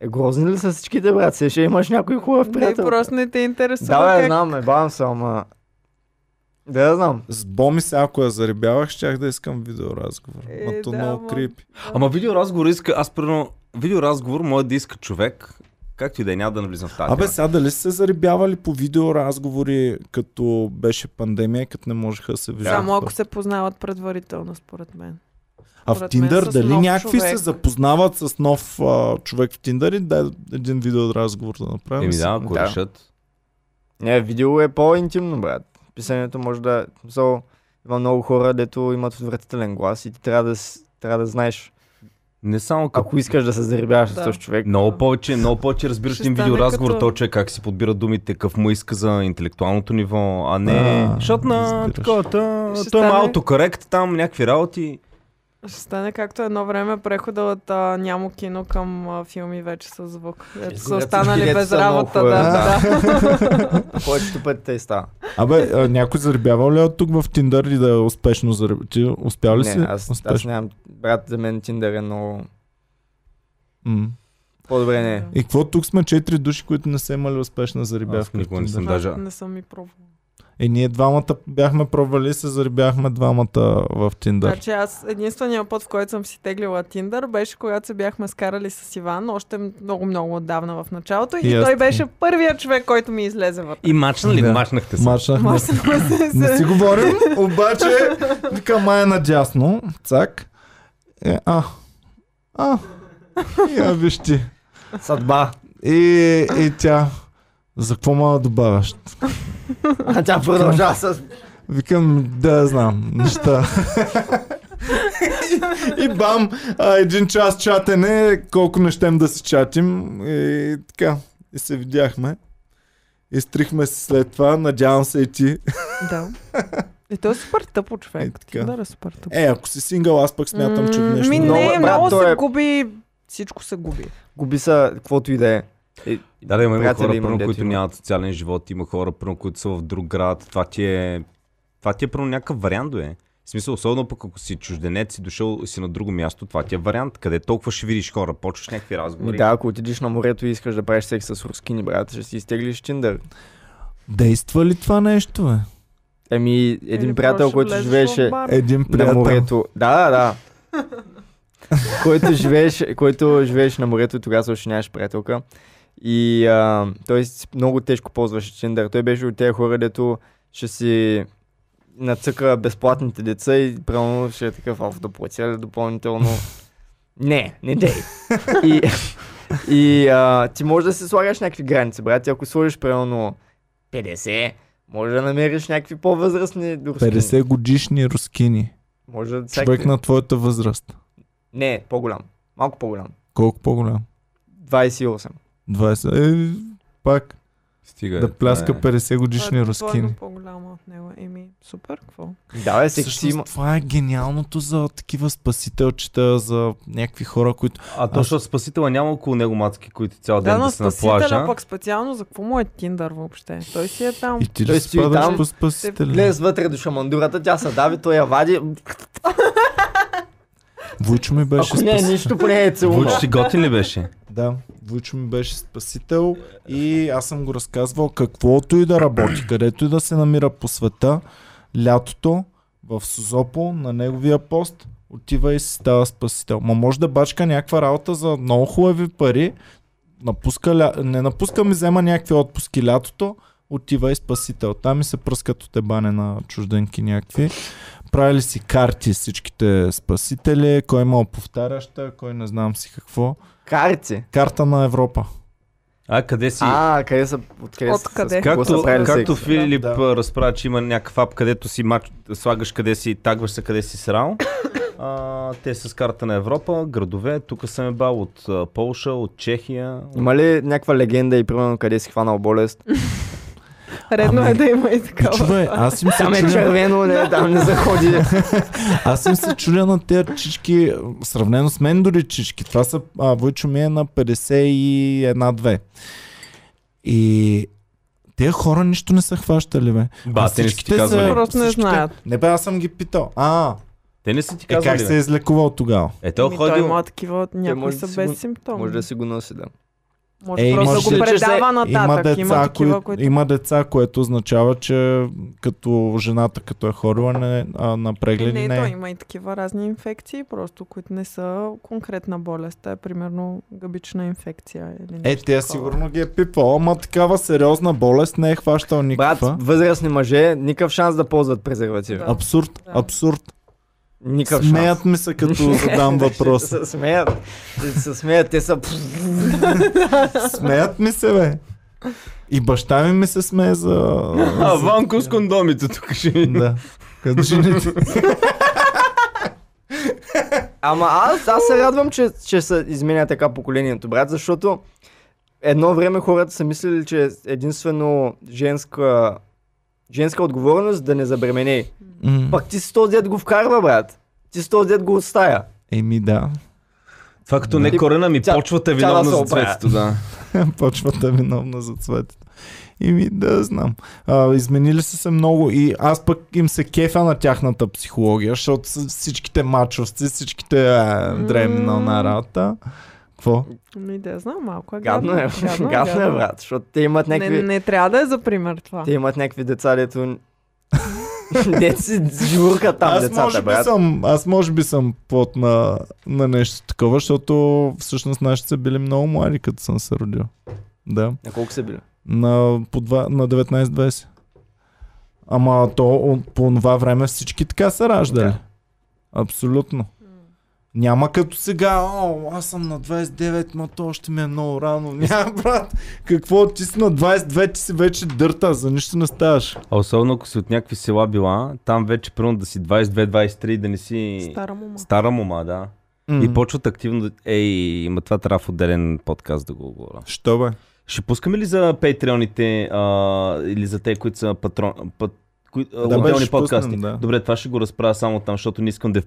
Speaker 2: Е, грозни ли са всичките, брат? Се ще имаш някой хубав
Speaker 3: Не,
Speaker 2: приятел.
Speaker 3: просто не те интересува.
Speaker 2: Да, бе,
Speaker 3: как...
Speaker 2: знам, ме бавам се, ама... Да, я знам.
Speaker 1: С Боми се, ако я заребявах, щях да искам видеоразговор.
Speaker 3: Е,
Speaker 1: Е, Мато
Speaker 3: да,
Speaker 1: много
Speaker 3: ма.
Speaker 1: крипи.
Speaker 4: Ама видеоразговор иска, аз примерно, видеоразговор може да иска човек, както и да е, няма да навлизам в тази.
Speaker 1: Абе,
Speaker 4: тема.
Speaker 1: сега дали са се заребявали по видеоразговори, като беше пандемия, и като не можеха да се виждат?
Speaker 3: Само ако
Speaker 1: хора?
Speaker 3: се познават предварително, според мен.
Speaker 1: А в
Speaker 3: според мен
Speaker 1: Тиндър
Speaker 3: с
Speaker 1: дали
Speaker 3: нов
Speaker 1: някакви
Speaker 3: човек.
Speaker 1: се запознават с нов а, човек в Тиндър и да един видеоразговор да направим?
Speaker 4: Еми да, ако
Speaker 2: Да.
Speaker 4: решат.
Speaker 2: Не, видео е по-интимно, брат. Писането може да... в Смисъл, има много хора, дето имат отвратителен глас и ти трябва да, с- трябва да знаеш,
Speaker 4: Не само като...
Speaker 2: ако искаш да се заребяваш
Speaker 3: Да.
Speaker 2: с този човек.
Speaker 4: Много повече, много повече разбираш
Speaker 3: Ще
Speaker 4: един
Speaker 3: стане
Speaker 4: видеоразговор,
Speaker 3: като-
Speaker 4: като... то че как си подбира думите, какъв му иска за интелектуалното ниво, а не...
Speaker 1: А,
Speaker 4: Защото на
Speaker 1: разбираш.
Speaker 4: такова, та,
Speaker 3: Ще
Speaker 4: той е
Speaker 3: стане-
Speaker 4: малко корект, там някакви работи.
Speaker 3: Ще стане както едно време прехода от а, нямо кино към а, филми вече с звук. Ето са
Speaker 2: дето-
Speaker 3: останали
Speaker 2: дето
Speaker 3: без
Speaker 2: Е, са много
Speaker 3: работа. Да,
Speaker 2: хора,
Speaker 3: да.
Speaker 2: Повечето пъти те става.
Speaker 1: Абе, а, някой заребявал ли е от тук в Тиндър и да е успешно зареб... Ти успял ли си?
Speaker 2: Не, аз, аз
Speaker 1: успешно?
Speaker 2: нямам... Брат, за мен Tinder е много...
Speaker 1: М.
Speaker 2: По-добре не е.
Speaker 1: И какво тук сме четири души, които не са имали успешна
Speaker 4: Аз
Speaker 1: заребявка? в
Speaker 4: никога не съм
Speaker 1: Тиндър?
Speaker 3: Аз
Speaker 4: даже-
Speaker 3: Не съм и пробвала.
Speaker 1: Е, ние двамата бяхме пробвали и се заребяхме двамата в Тиндър.
Speaker 3: Значи аз единствения път, в който съм си теглила Тиндър, беше когато се бяхме скарали с Иван, още много-много отдавна в началото. И,
Speaker 1: И аз
Speaker 3: той
Speaker 1: така.
Speaker 3: беше първият човек, който ми излезе вътре.
Speaker 4: И мачна ли?
Speaker 1: Да.
Speaker 4: Мачнахте се.
Speaker 1: Мачнахме.
Speaker 3: Може да се...
Speaker 1: Не си
Speaker 3: се...
Speaker 1: говорим, обаче така мая надясно. Цак. Е, а. А. Я виж ти.
Speaker 2: Съдба.
Speaker 1: И, и тя. За какво мога да добавяш?
Speaker 2: А тя продължава с...
Speaker 1: Викам, да я знам, неща. и, и бам, а, един час чатене, колко не щем да се чатим. И така, и се видяхме. Изтрихме се след това, надявам се и ти.
Speaker 3: Да. И той е супер тъпо
Speaker 1: Е,
Speaker 3: човек.
Speaker 1: така.
Speaker 3: Тиндър е супер тъпо.
Speaker 1: Е, ако си сингъл, аз пък смятам, че
Speaker 3: М,
Speaker 1: нещо...
Speaker 3: Ми
Speaker 2: Много
Speaker 3: не,
Speaker 2: е, брат,
Speaker 3: много
Speaker 2: то
Speaker 3: се
Speaker 2: е-
Speaker 3: губи. Всичко се губи.
Speaker 2: Губи са, каквото и да е. Е,
Speaker 4: Да, да, има, има
Speaker 2: Приятели
Speaker 4: хора,
Speaker 2: имам,
Speaker 4: първо,
Speaker 2: дето
Speaker 4: които
Speaker 2: имам.
Speaker 4: нямат социален живот, има хора, първо, които са в друг град. Това ти е, това ти е първо някакъв вариант, е. В смисъл, особено пък ако си чужденец и дошъл и си на друго място, това ти е вариант. Къде толкова ще видиш хора, почваш някакви разговори.
Speaker 2: Да, ако отидеш на морето и искаш да правиш секс с рускини, брат, ще си изтеглиш Tinder.
Speaker 1: Действа ли това нещо, бе?
Speaker 2: Еми, един
Speaker 3: Или
Speaker 2: приятел,
Speaker 3: просто
Speaker 2: който
Speaker 3: влезеш в
Speaker 2: живееше
Speaker 3: бар.
Speaker 1: Един
Speaker 2: на
Speaker 1: приятел.
Speaker 2: морето. Да, да, да. който, живееше, който живееше на морето и тогава се още нямаше приятелка. И а, той си много тежко ползваше Tinder. Той беше от тези хора, дето ще си нацъка безплатните деца и правилно ще е такъв автоплатя ли допълнително. Не, не дей. И, и а, ти може да се слагаш някакви граници, брат. И ако сложиш примерно 50, може да намериш някакви по-възрастни рускини.
Speaker 1: 50 годишни рускини.
Speaker 2: Може да
Speaker 1: Човек
Speaker 2: всякакви.
Speaker 1: на твоята възраст.
Speaker 2: Не, по-голям. Малко по-голям.
Speaker 1: Колко по-голям?
Speaker 2: 28.
Speaker 1: 20. Е, пак
Speaker 4: Стига. е.
Speaker 1: да пляска 50
Speaker 3: Е, Това
Speaker 1: годишни
Speaker 3: е двойно
Speaker 1: рускини.
Speaker 3: по-голяма от него. Еми, супер, какво?
Speaker 2: Да, е, секси има.
Speaker 1: Всъщност, това е гениалното за такива спасителчета, за някакви хора, които...
Speaker 4: А то, защото спасителя няма около него мацки, които цял
Speaker 3: Да,
Speaker 4: ден да,
Speaker 3: но
Speaker 4: са на
Speaker 3: спасителя
Speaker 4: плажа.
Speaker 3: пък специално за какво му е Тиндър въобще? Той си е там.
Speaker 1: И ти
Speaker 2: Той
Speaker 1: ли
Speaker 2: си там,
Speaker 1: спадаш по
Speaker 2: Лез
Speaker 1: спасителя?
Speaker 2: вътре до шамандурата, тя се дави, той я вади.
Speaker 1: Войчо ми беше
Speaker 2: Ако не е
Speaker 1: спасител.
Speaker 2: нищо, поне е целуна.
Speaker 4: Вучо си готин ли беше?
Speaker 1: Да, Войчо ми беше спасител и аз съм го разказвал каквото и да работи, където и да се намира по света, лятото в Сузопо на неговия пост отива и си става спасител. Ма може да бачка някаква работа за много хубави пари, напуска, ля... не напуска ми, взема някакви отпуски лятото, отива и спасител. Там и се пръскат от ебане на чужденки някакви. Правили си карти всичките спасители, кой имал повтаряща, кой не знам си какво.
Speaker 2: Карти.
Speaker 1: Карта на Европа.
Speaker 4: А къде си?
Speaker 2: А, къде са? Откъде
Speaker 3: От
Speaker 2: са? с
Speaker 3: къде?
Speaker 2: кого Е, са
Speaker 4: Както,
Speaker 2: правили
Speaker 4: както
Speaker 2: секс?
Speaker 4: Филип
Speaker 1: Да,
Speaker 4: да. разправя, че има някакъв ап, където си мач, слагаш къде си, тагваш се къде си срал. А, те са с карта на Европа, градове, тук съм е бал от а, Полша, от Чехия.
Speaker 2: Има ли някаква легенда и примерно къде си хванал болест?
Speaker 3: Редно
Speaker 1: Ами,
Speaker 3: е да има и такава.
Speaker 1: Чувай, аз им се
Speaker 2: Там е
Speaker 1: чудя,
Speaker 2: червено, не, там не заходи.
Speaker 1: аз им се чудя на тези чички, сравнено с мен дори чички. Това са, а, Войчо ми е на 51-2. И те хора нищо не са хващали, бе.
Speaker 4: Ба,
Speaker 1: А
Speaker 4: те не са
Speaker 1: всичките
Speaker 4: ти казвали.
Speaker 1: са-
Speaker 3: Просто не
Speaker 1: всичките-
Speaker 3: знаят.
Speaker 1: Не бе, аз съм ги питал. А,
Speaker 4: Те не са ти
Speaker 1: е
Speaker 4: казали.
Speaker 1: как
Speaker 4: бе.
Speaker 1: се е излекувал тогава?
Speaker 4: Е, той
Speaker 3: Ми,
Speaker 4: ходи.
Speaker 3: Ами, Той има такива, някои
Speaker 2: може да
Speaker 3: са
Speaker 2: си
Speaker 3: без
Speaker 2: го-
Speaker 3: симптоми.
Speaker 2: Може да си го носи, да.
Speaker 3: Може
Speaker 1: Ей,
Speaker 3: просто
Speaker 1: може
Speaker 3: да го
Speaker 2: да-
Speaker 3: предава нататък.
Speaker 1: Има деца,
Speaker 3: има такива,
Speaker 1: кои,
Speaker 3: които...
Speaker 1: има деца, което означава, че като жената, като е хорила не, а, на
Speaker 3: Е,
Speaker 1: прегледи
Speaker 3: Не,
Speaker 1: не,
Speaker 3: то
Speaker 1: е.
Speaker 3: има и такива разни инфекции, просто които не са конкретна болест. А е примерно гъбична инфекция. Или
Speaker 1: Е,
Speaker 3: нещо
Speaker 1: тя
Speaker 3: такова.
Speaker 1: сигурно ги е пипала, ама такава сериозна болест не е хващал
Speaker 2: Брат,
Speaker 1: никаква.
Speaker 2: възрастни мъже, никакъв шанс да ползват презервативи.
Speaker 3: Да.
Speaker 1: Абсурд,
Speaker 3: Да.
Speaker 1: абсурд.
Speaker 2: Никакъв шанс.
Speaker 1: Смеят ми се, като задам
Speaker 2: Ще
Speaker 1: въпрос.
Speaker 2: се смеят. Ще се смеят, те са...
Speaker 1: Смеят ми се, бе. И баща ми ми се смее за...
Speaker 4: А,
Speaker 1: за-
Speaker 4: Ванко с кондомите тук ще ни-
Speaker 1: Да. Като жените.
Speaker 2: Ама аз, аз се радвам, че, че се изменя така поколението, брат, защото едно време хората са мислили, че единствено женска, женска отговорност да не забременей.
Speaker 1: М.
Speaker 2: Пак ти си този дед го вкарва, брат. Ти си този дед го оставя.
Speaker 1: Еми да.
Speaker 4: Това като не
Speaker 2: Да.
Speaker 4: корена ми,
Speaker 2: Тя-
Speaker 4: почвата е
Speaker 2: тя да
Speaker 4: виновна
Speaker 2: се
Speaker 4: за
Speaker 2: оправя.
Speaker 4: цветето, да.
Speaker 1: Почвата е виновна за цветето. Ими да, знам. А, изменили са се много и аз пък им се кефя на тяхната психология, защото са всичките мачовци, всичките а, дреми на на работа. Какво?
Speaker 3: Ми да, знам, малко е гадно.
Speaker 2: Гадно е,
Speaker 3: гадно,
Speaker 2: гадно е, брат, защото те имат
Speaker 3: Не,
Speaker 2: някакви...
Speaker 3: не трябва да е за пример това.
Speaker 2: Те имат някакви деца, дето... Дето си журка там
Speaker 1: аз, може
Speaker 2: децата,
Speaker 1: би
Speaker 2: брат.
Speaker 1: съм, аз може би съм плод на, на нещо такова, защото всъщност нашите са били много млади, като съм се родил. Да.
Speaker 2: На колко са били?
Speaker 1: на, по два, на 19-20. Ама то о- по това време всички така са раждали.
Speaker 2: Да.
Speaker 1: Абсолютно. Няма като сега, о, аз съм на 29, ма то още ми е много рано. Няма, брат, какво ти си на 22, ти си вече дърта, за нищо не ставаш.
Speaker 4: А особено ако си от някакви села била, там вече примерно да си 22-23, да не си...
Speaker 3: Стара мума.
Speaker 4: Стара мома, да.
Speaker 1: М.
Speaker 4: И почват активно. да- Ей, има това трябва в отделен подкаст да го говоря.
Speaker 1: Що бе?
Speaker 4: Ще пускаме ли за патреоните а, или за те, които са патрон, пат, кои, да,
Speaker 1: бе,
Speaker 4: отделни
Speaker 1: ще пуснем,
Speaker 4: подкасти?
Speaker 1: да.
Speaker 4: Добре, това ще го разправя само там, защото не искам да е в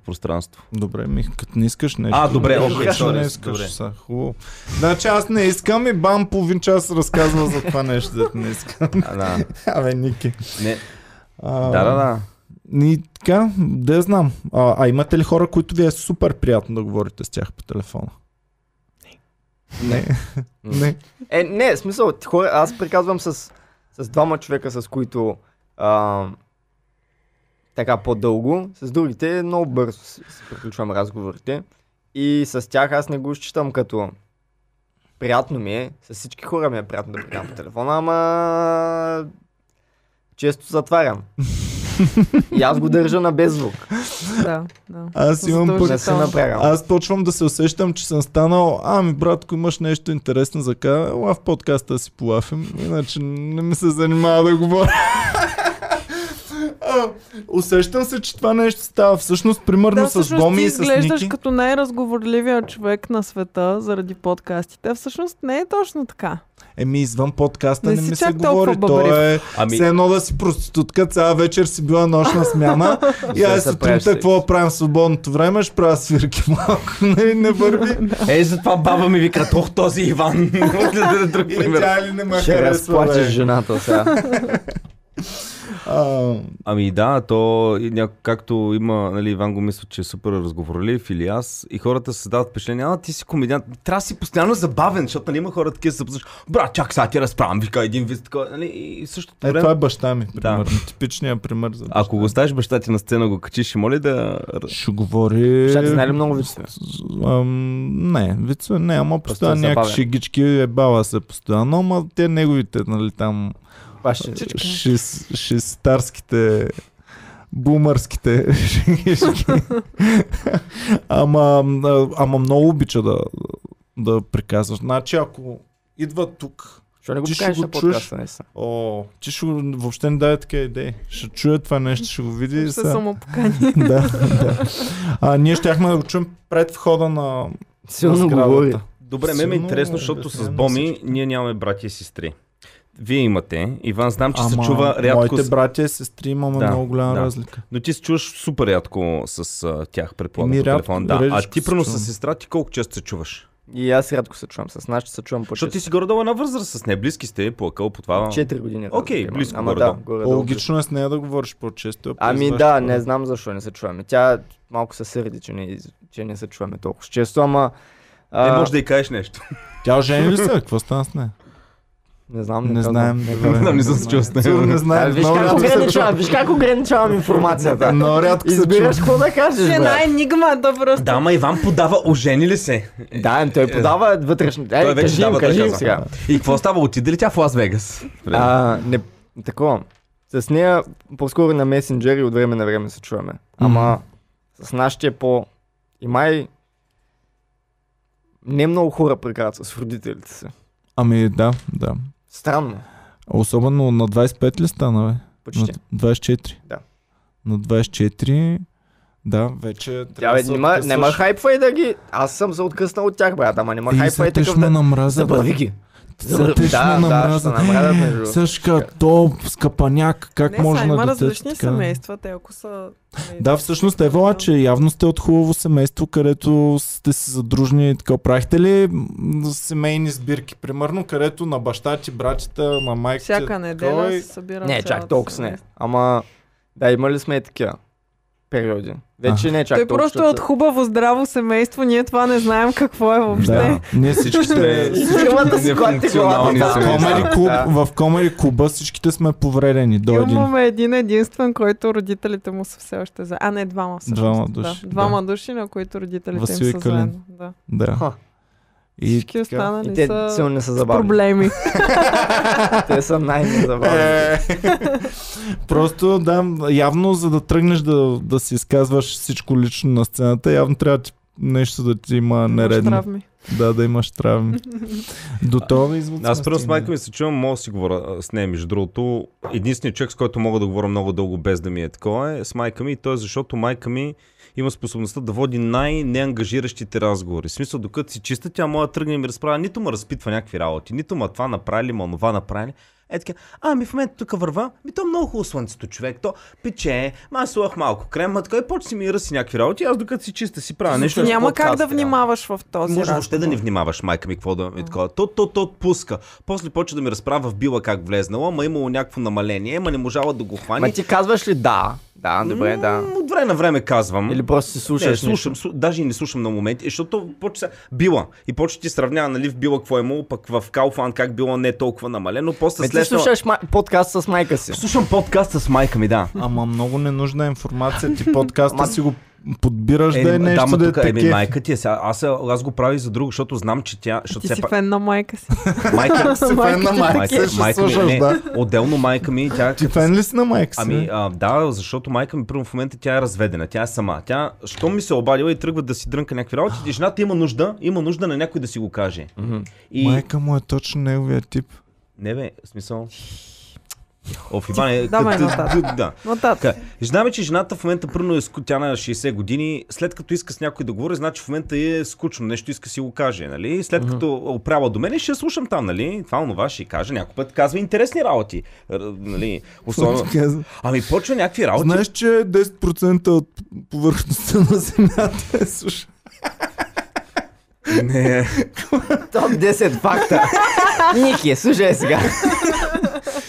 Speaker 4: пространство.
Speaker 1: Добре, ми, като не искаш нещо.
Speaker 4: А, добре,
Speaker 1: Нищо
Speaker 4: окей, сори,
Speaker 1: не искаш.
Speaker 4: добре.
Speaker 1: Са, хубаво. Значи аз не искам и бам, половин час разказва за това нещо, дето не искам.
Speaker 4: А, да.
Speaker 1: Абе, Ники.
Speaker 4: Не,
Speaker 1: А,
Speaker 4: да, да, да.
Speaker 1: И така, да я знам. А, а имате ли хора, които ви е супер приятно да говорите с тях по телефона? Не. Не. Не.
Speaker 2: Е, не, в смисъл, ти хора, аз приказвам с, с двама човека, с които а, така по-дълго, с другите е много бързо си, си приключвам разговорите и с тях аз не го считам като приятно ми е, с всички хора ми е приятно да приказвам по телефона, ама често затварям. и аз го държа на беззвук, Ами-
Speaker 3: Да, да.
Speaker 1: Аз имам пък...
Speaker 2: не се напрягам.
Speaker 1: Аз почвам да се усещам, че съм станал, ами братко имаш нещо интересно за кажа, ела в подкаста да си полафим, иначе не ми се занимава да говоря. А, усещам се, че това нещо става. Всъщност, примерно
Speaker 3: Да,
Speaker 1: с
Speaker 3: всъщност
Speaker 1: Боми
Speaker 3: ти
Speaker 1: и с
Speaker 3: изглеждаш
Speaker 1: Ники.
Speaker 3: като най-разговорливия човек на света заради подкастите. а Всъщност не е точно така.
Speaker 1: Еми, извън подкаста не,
Speaker 3: Не
Speaker 1: не
Speaker 3: си
Speaker 1: ми се
Speaker 3: чак толкова
Speaker 1: говори. То е
Speaker 4: Ами,
Speaker 1: Все едно да си проститутка, цяла вечер си била нощна смяна и
Speaker 2: Сега
Speaker 1: аз
Speaker 2: се правиш
Speaker 1: сутринта
Speaker 2: секс.
Speaker 1: какво да правим в свободното време, ще правя свирки малко, не, не върви.
Speaker 4: е, затова баба ми вика, ох, този Иван. да даде друг
Speaker 1: И
Speaker 4: пример.
Speaker 1: тя ли не ме
Speaker 2: ще
Speaker 1: харесва,
Speaker 2: разплачеш
Speaker 1: бе.
Speaker 2: жената сега.
Speaker 1: А,
Speaker 4: Ами да, то и ня- както има, нали, Иван го мисля, че е супер разговорлив или аз, и хората се създават впечатление, а ти си комедиант, трябва да си постоянно забавен, защото нали има хора такива се запознаш, брат, чак сега ти разправям, вика един виз, така, нали, и същото
Speaker 1: е,
Speaker 4: време.
Speaker 1: това е баща ми, примерно. Типичният пример за баща.
Speaker 4: Ако го оставиш баща ти на сцена, го качиш, и моли да...
Speaker 1: Ще говори...
Speaker 2: Ще знае ли много вицове?
Speaker 1: Ам, не, вицове не, ама постоянно
Speaker 2: е
Speaker 1: някакви
Speaker 2: забавен.
Speaker 1: шегички е бала се постоянно, ама те неговите, нали там,
Speaker 2: Паше.
Speaker 1: шис- шистарските, бумърските шегички. ама, м, ама много обича да, да приказваш. Значи ако идва тук,
Speaker 2: Що не го
Speaker 1: Ти ще
Speaker 2: покажеш
Speaker 1: го
Speaker 2: на
Speaker 1: чуеш?
Speaker 2: подкаста, не са?
Speaker 1: о, ти ще го, въобще не даде така идеи. Ще чуя това нещо, ще го види и
Speaker 3: Ще се самопокани.
Speaker 1: да, да. А, ние щяхме да го чуем пред входа на,
Speaker 2: Силно
Speaker 1: сградата.
Speaker 2: говори.
Speaker 4: Добре, ме е
Speaker 1: Силно
Speaker 4: интересно, защото с
Speaker 1: обяснено
Speaker 4: Боми
Speaker 1: всичко.
Speaker 4: ние нямаме братя и сестри. Вие имате, Иван, знам, че се
Speaker 1: Ама
Speaker 4: чува рядко,
Speaker 1: Моите
Speaker 4: с-
Speaker 1: братя и сестри имаме
Speaker 4: Да,
Speaker 1: да, много голяма
Speaker 4: да.
Speaker 1: да. разлика.
Speaker 4: но ти се чуваш супер рядко с а, тях, предполагам,
Speaker 1: Еми,
Speaker 4: по
Speaker 1: рядко,
Speaker 4: телефон. Да. А
Speaker 1: редичко
Speaker 4: ти,
Speaker 1: се
Speaker 4: прено
Speaker 1: чувам.
Speaker 4: с сестра, ти колко често се чуваш?
Speaker 2: И аз рядко се чувам. С нашите се чувам по
Speaker 4: Защото ти си горе-долу една възраст с нея. Близки сте, по акъл, по това.
Speaker 2: 4 години.
Speaker 4: Окей,
Speaker 2: разлика има.
Speaker 4: близко
Speaker 2: Ама да,
Speaker 4: горе-долу.
Speaker 2: горе
Speaker 1: Логично е с нея да говориш по-често. а
Speaker 2: Ами
Speaker 1: през
Speaker 2: да,
Speaker 1: вашето
Speaker 2: не знам защо не се чуваме. Тя малко се сърди, че не, че не се чуваме толкова често, ама...
Speaker 4: Не
Speaker 2: а,
Speaker 4: може да й кажеш нещо.
Speaker 1: Тя жени ли се? Какво стана с нея?
Speaker 2: не знам, не,
Speaker 1: Не
Speaker 2: казвам.
Speaker 1: знаем.
Speaker 4: Не знам, не съм се чувал с
Speaker 1: Сигурно не
Speaker 4: нея.
Speaker 2: А,
Speaker 1: знаем.
Speaker 2: Ами виж,
Speaker 1: Много
Speaker 2: как
Speaker 1: рядко се чува.
Speaker 2: ограничавам, виж как ограничавам информацията.
Speaker 1: Много рядко се чува.
Speaker 2: Избираш какво да кажеш,
Speaker 3: Жена
Speaker 2: бе.
Speaker 3: енигма да просто.
Speaker 4: Да, ма Иван подава, ожени ли се?
Speaker 2: Да, им той подава вътрешно.
Speaker 4: Той
Speaker 2: Ей,
Speaker 4: вече
Speaker 2: кажи им,
Speaker 4: дава
Speaker 2: кажи
Speaker 4: така
Speaker 2: им
Speaker 4: за-
Speaker 2: сега.
Speaker 4: И какво става? Отиде ли тя в Лас Вегас?
Speaker 2: А, не, такова. С нея по-скоро на месенджери от време на време се чуваме. Ама с нашите по... И май... Не много хора прекарат с родителите си.
Speaker 1: Ами да, да.
Speaker 2: Странно.
Speaker 1: Особено на 25 ли стана, бе?
Speaker 2: Почти.
Speaker 1: На 24.
Speaker 2: Да.
Speaker 1: На 24... Да, вече е
Speaker 2: Тя бе, нема, нема хайпвай да ги... Аз съм се откъснал от тях, брат, ама нема
Speaker 1: И
Speaker 2: хайпвай
Speaker 1: се
Speaker 2: такъв
Speaker 1: тъшно
Speaker 2: да...
Speaker 1: на мраза.
Speaker 2: Забави ги.
Speaker 1: Се тъшно
Speaker 2: Да,
Speaker 1: на
Speaker 2: да,
Speaker 1: мраза.
Speaker 2: ще намразят, между другото.
Speaker 1: Съшка, топ, скъпаняк, как
Speaker 3: не,
Speaker 1: може
Speaker 3: са, има
Speaker 1: на дете
Speaker 3: различни
Speaker 1: така?
Speaker 3: семейства, те ако са... нали,
Speaker 1: Да, всъщност е вала, че явно сте от хубаво семейство, където сте си задружни и така. Правихте ли м, семейни сбирки, примерно, където на баща ти, братята, на майка ти?
Speaker 3: Всяка неделя
Speaker 1: Кой?
Speaker 3: се събира
Speaker 2: Не, чак толкова с не. Ама... Да, имали сме и такива периоди. Вече не чак
Speaker 3: Той
Speaker 2: толкова.
Speaker 3: просто е от
Speaker 2: защото-
Speaker 3: хубаво здраво семейство, ние това не знаем какво е въобще.
Speaker 1: Да, ние всички сме...
Speaker 2: Фирмата си клати
Speaker 4: Нефункционални
Speaker 1: В
Speaker 2: главата.
Speaker 4: семейства.
Speaker 1: комери, клуб,
Speaker 2: Да.
Speaker 1: в комери клуба всичките сме повредени до един.
Speaker 3: Имаме един единствен, който родителите му са все още за. А, не, двама са.
Speaker 1: Двама души,
Speaker 3: Да. Двама души, на които родителите
Speaker 1: Васил и
Speaker 3: им са
Speaker 1: Калин.
Speaker 3: заедно. Да.
Speaker 1: Да.
Speaker 2: Ха.
Speaker 1: И
Speaker 3: Всички
Speaker 1: така.
Speaker 3: останали
Speaker 2: И те
Speaker 3: са
Speaker 2: силно не са
Speaker 3: с
Speaker 2: забавни.
Speaker 3: проблеми.
Speaker 2: Те са
Speaker 4: Е.
Speaker 2: най-незабавни.
Speaker 1: Просто да, явно за да тръгнеш да, да си изказваш всичко лично на сцената, явно трябва ти, нещо да ти има нередно.
Speaker 3: Травми.
Speaker 1: Да, да имаш травми. До това извод.
Speaker 4: Аз
Speaker 1: сме
Speaker 4: първо с
Speaker 1: стигнали.
Speaker 4: майка ми се чувам, мога да си говоря а, с нея, между другото. Единственият човек, с който мога да говоря много дълго без да ми е такова е с майка ми и то е защото майка ми има способността да води най-неангажиращите разговори. В смисъл, докато си чиста, тя моя тръгне и ми разправя, нито ме разпитва някакви работи, нито ма това направили, ма това направили. Е така, ами в момента тук върва, ми то е много хубаво слънцето, човек, то пече, ма аз слагах малко крем, ма така и почти ми ръси някакви работи, аз докато си чиста си правя нещо. е
Speaker 3: Ти няма как да
Speaker 2: подкаст,
Speaker 3: внимаваш в този
Speaker 4: Може въобще
Speaker 3: разговор.
Speaker 2: е?
Speaker 4: да не внимаваш, майка ми, какво да ми такова. То, то, то отпуска. После почва да ми разправя в била как влезнала, ма е имало някакво намаление, ма не можала да го хвани.
Speaker 2: Ма ти казваш ли да? Да, добре, да.
Speaker 4: М, От време на време казвам.
Speaker 2: Или просто си слушаш.
Speaker 4: не,
Speaker 2: нещо.
Speaker 4: слушам, слу, даже и не слушам на моменти, е, защото почва се- била. И почва ти сравнява, нали, в била какво е имало, пък в Кауфан как било не толкова намалено. После
Speaker 2: Ме ти
Speaker 4: след това-
Speaker 2: слушаш ма- подкаст с майка си.
Speaker 4: Слушам подкаста с майка ми, да.
Speaker 1: Ама много ненужна информация. Ти подкаста
Speaker 2: Ама-
Speaker 1: си го подбираш
Speaker 4: Е,
Speaker 1: да е
Speaker 4: ма-
Speaker 1: нещо
Speaker 4: ма
Speaker 1: да е
Speaker 4: тука, еми,
Speaker 1: таке.
Speaker 4: майка ти е сега. Аз, аз го правя и за друго, защото знам, че тя... Защото
Speaker 3: Ти
Speaker 4: все
Speaker 3: си
Speaker 4: пак-
Speaker 3: фен на майка си.
Speaker 4: майка,
Speaker 1: Си фен на майка,
Speaker 3: е.
Speaker 4: майка,
Speaker 1: ще
Speaker 4: майка ми, е.
Speaker 1: слушаш,
Speaker 4: не,
Speaker 1: да.
Speaker 4: отделно майка ми, тя
Speaker 1: Ти фен ли си на майка си?
Speaker 4: Ами,
Speaker 1: бе?
Speaker 4: а, да, защото майка ми първо в момента тя е разведена, тя е сама. Тя, що ми се е обадила и тръгва да си дрънка някакви работи, и жената има нужда, има нужда на някой да си го каже. И...
Speaker 1: Майка му е точно неговия тип.
Speaker 4: Не бе, в смисъл... Оф, Иване,
Speaker 3: Давай
Speaker 4: като-
Speaker 3: нататък.
Speaker 4: да.
Speaker 3: Нататък.
Speaker 4: Така, Знаме, че жената в момента пръвно е ску- тя на 60 години, след като иска с някой да говори, значи в момента е скучно, нещо иска си го каже, нали? След като опрява до мен, ще я слушам там, нали? Това онова ще й каже, някой път казва интересни работи, р- нали? Особено...
Speaker 1: Казва.
Speaker 4: Ами почва някакви работи.
Speaker 1: Знаеш, че 10% от повърхността на Земята е суша.
Speaker 4: Не.
Speaker 2: Топ 10 факта. Ники, слушай сега.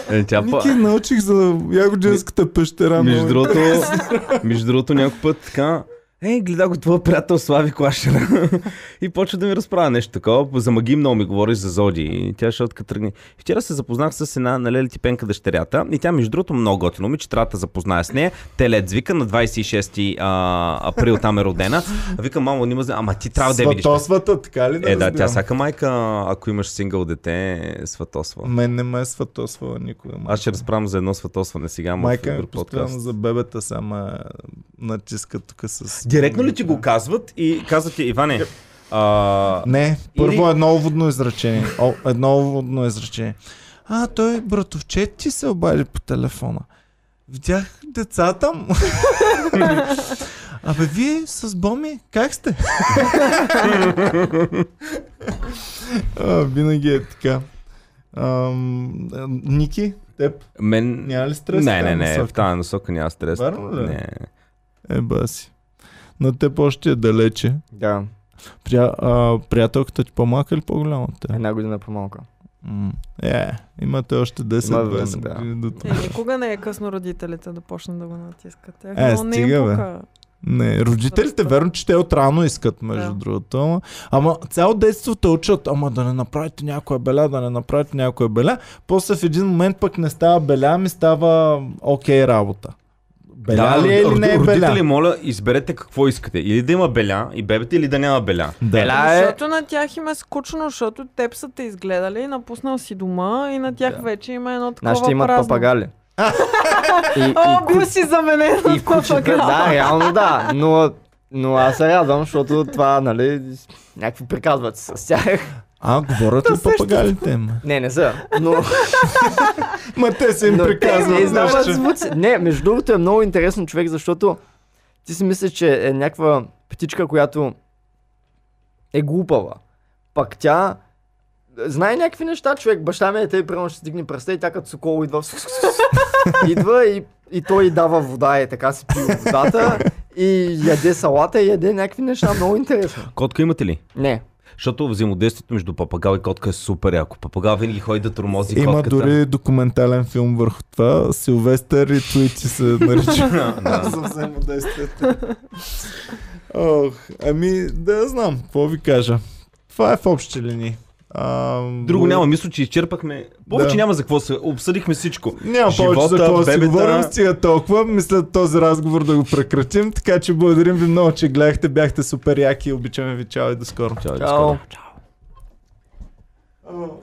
Speaker 4: Е, тя па...
Speaker 1: Ники научих за ягодженската пещера.
Speaker 4: Между
Speaker 1: много
Speaker 4: другото, между другото, някой път така, Ей, гледа го твоя приятел Слави Клашера. и почва да ми разправя нещо такова. За маги много ми говори за Зоди. И тя ще откъде тръгне. И Вчера се запознах с една налели типенка дъщерята. И тя, между другото, много готино момиче. Трябва да те запозная с нея. Телец вика на 26 а, април там е родена. Вика, мамо, нима, за- ама ти трябва да я видиш.
Speaker 1: Сватосвата, така ли?
Speaker 4: Е, да, тя
Speaker 1: разбирам?
Speaker 4: всяка майка, ако имаш сингъл дете, е сватосва.
Speaker 1: Мен не ме е сватосвала никога.
Speaker 4: Аз ще разправям за едно сватосване сега. ама в
Speaker 1: Майка ми
Speaker 4: друг
Speaker 1: постоянно
Speaker 4: подкаст.
Speaker 1: за бебета сама натиска тук с...
Speaker 4: Директно ли ти го казват и казват ти,
Speaker 1: Е,
Speaker 4: Иване, а,
Speaker 1: Не,
Speaker 4: Или-
Speaker 1: първо едно уводно изречение. О, едно уводно изречение. А, той братовчет ти се обади по телефона. Видях децата му. Абе, вие с Боми, как сте? а, винаги е така. Ам, а, Ники, теб
Speaker 4: мен...
Speaker 1: няма ли стрес?
Speaker 4: Не, не, не, в
Speaker 1: насока?
Speaker 4: тази насока няма стрес.
Speaker 1: Вярно ли?
Speaker 4: Не.
Speaker 1: Е, баси. На теб още е далече.
Speaker 2: Да,
Speaker 1: Прия, а, приятелката ти по-малка или по-голяма от теб?
Speaker 2: една година по-малка.
Speaker 1: М, Е, имате още 10-20
Speaker 2: Има време, да.
Speaker 1: години до това.
Speaker 3: Е, никога не е късно родителите да почнат да го натискат. Тях,
Speaker 1: Е,
Speaker 3: но не им
Speaker 1: стига, бе.
Speaker 3: пука.
Speaker 1: Не, родителите
Speaker 3: Просто.
Speaker 1: верно, че те отрано искат, между
Speaker 3: Да.
Speaker 1: другото. Ама, ама цяло детство те учат, ама да не направите някоя беля, да не направите някоя беля. После в един момент пък не става беля, ми става окей работа. Беля ли е или
Speaker 4: роди-
Speaker 1: не е
Speaker 4: родители,
Speaker 1: беля?
Speaker 4: моля, изберете какво искате. Или да има беля и бебете, или да няма беля.
Speaker 1: Да.
Speaker 2: Беля е...
Speaker 3: Защото на тях им е скучно, защото теб са те изгледали, напуснал си дома и на тях
Speaker 2: Да.
Speaker 3: вече има едно такова
Speaker 2: Нашите имат
Speaker 3: празно.
Speaker 2: папагали. и, и,
Speaker 3: О,
Speaker 2: ку-
Speaker 3: бил си заменен
Speaker 2: и
Speaker 3: от
Speaker 2: кучета, да,
Speaker 3: папагал.
Speaker 2: реално да. Но, но аз се радвам, защото това, нали, някакви приказват се с тях.
Speaker 1: А, говорят ли папагалите им?
Speaker 2: Не, не са. Но,
Speaker 1: Ма те се им
Speaker 2: но те
Speaker 1: приказват.
Speaker 2: издават
Speaker 1: знаеш, че-
Speaker 2: звуци. Не, между другото е много интересен човек, защото ти си мислиш, че е някаква птичка, която е глупава. Пак тя знае някакви неща, човек. Баща ми е тъй, примерно ще стигне пръста и тя като сокол идва. идва и, и той й дава вода и така си пие от водата. И яде салата и яде някакви неща. Много интересно.
Speaker 4: Котка имате ли?
Speaker 2: Не.
Speaker 4: Защото взаимодействието между папагал и котка е супер яко. Папагал винаги ходи да тормози
Speaker 1: Има
Speaker 4: котката.
Speaker 1: дори документален филм върху това. Силвестър и Твити се нарича. За взаимодействието. Ох, ами да знам, какво ви кажа. Това е в общи линии. А,
Speaker 4: Друго няма, мисля, че изчерпахме. Повече
Speaker 1: Да.
Speaker 4: няма за какво се. Обсъдихме всичко.
Speaker 1: Няма повече
Speaker 4: Живота,
Speaker 1: за какво да си
Speaker 4: бебета.
Speaker 1: говорим, стига толкова. Мисля този разговор да го прекратим. Така че благодарим ви много, че гледахте. Бяхте супер яки. Обичаме ви. Чао и до скоро.
Speaker 4: Чао, и до скоро.
Speaker 2: Чао.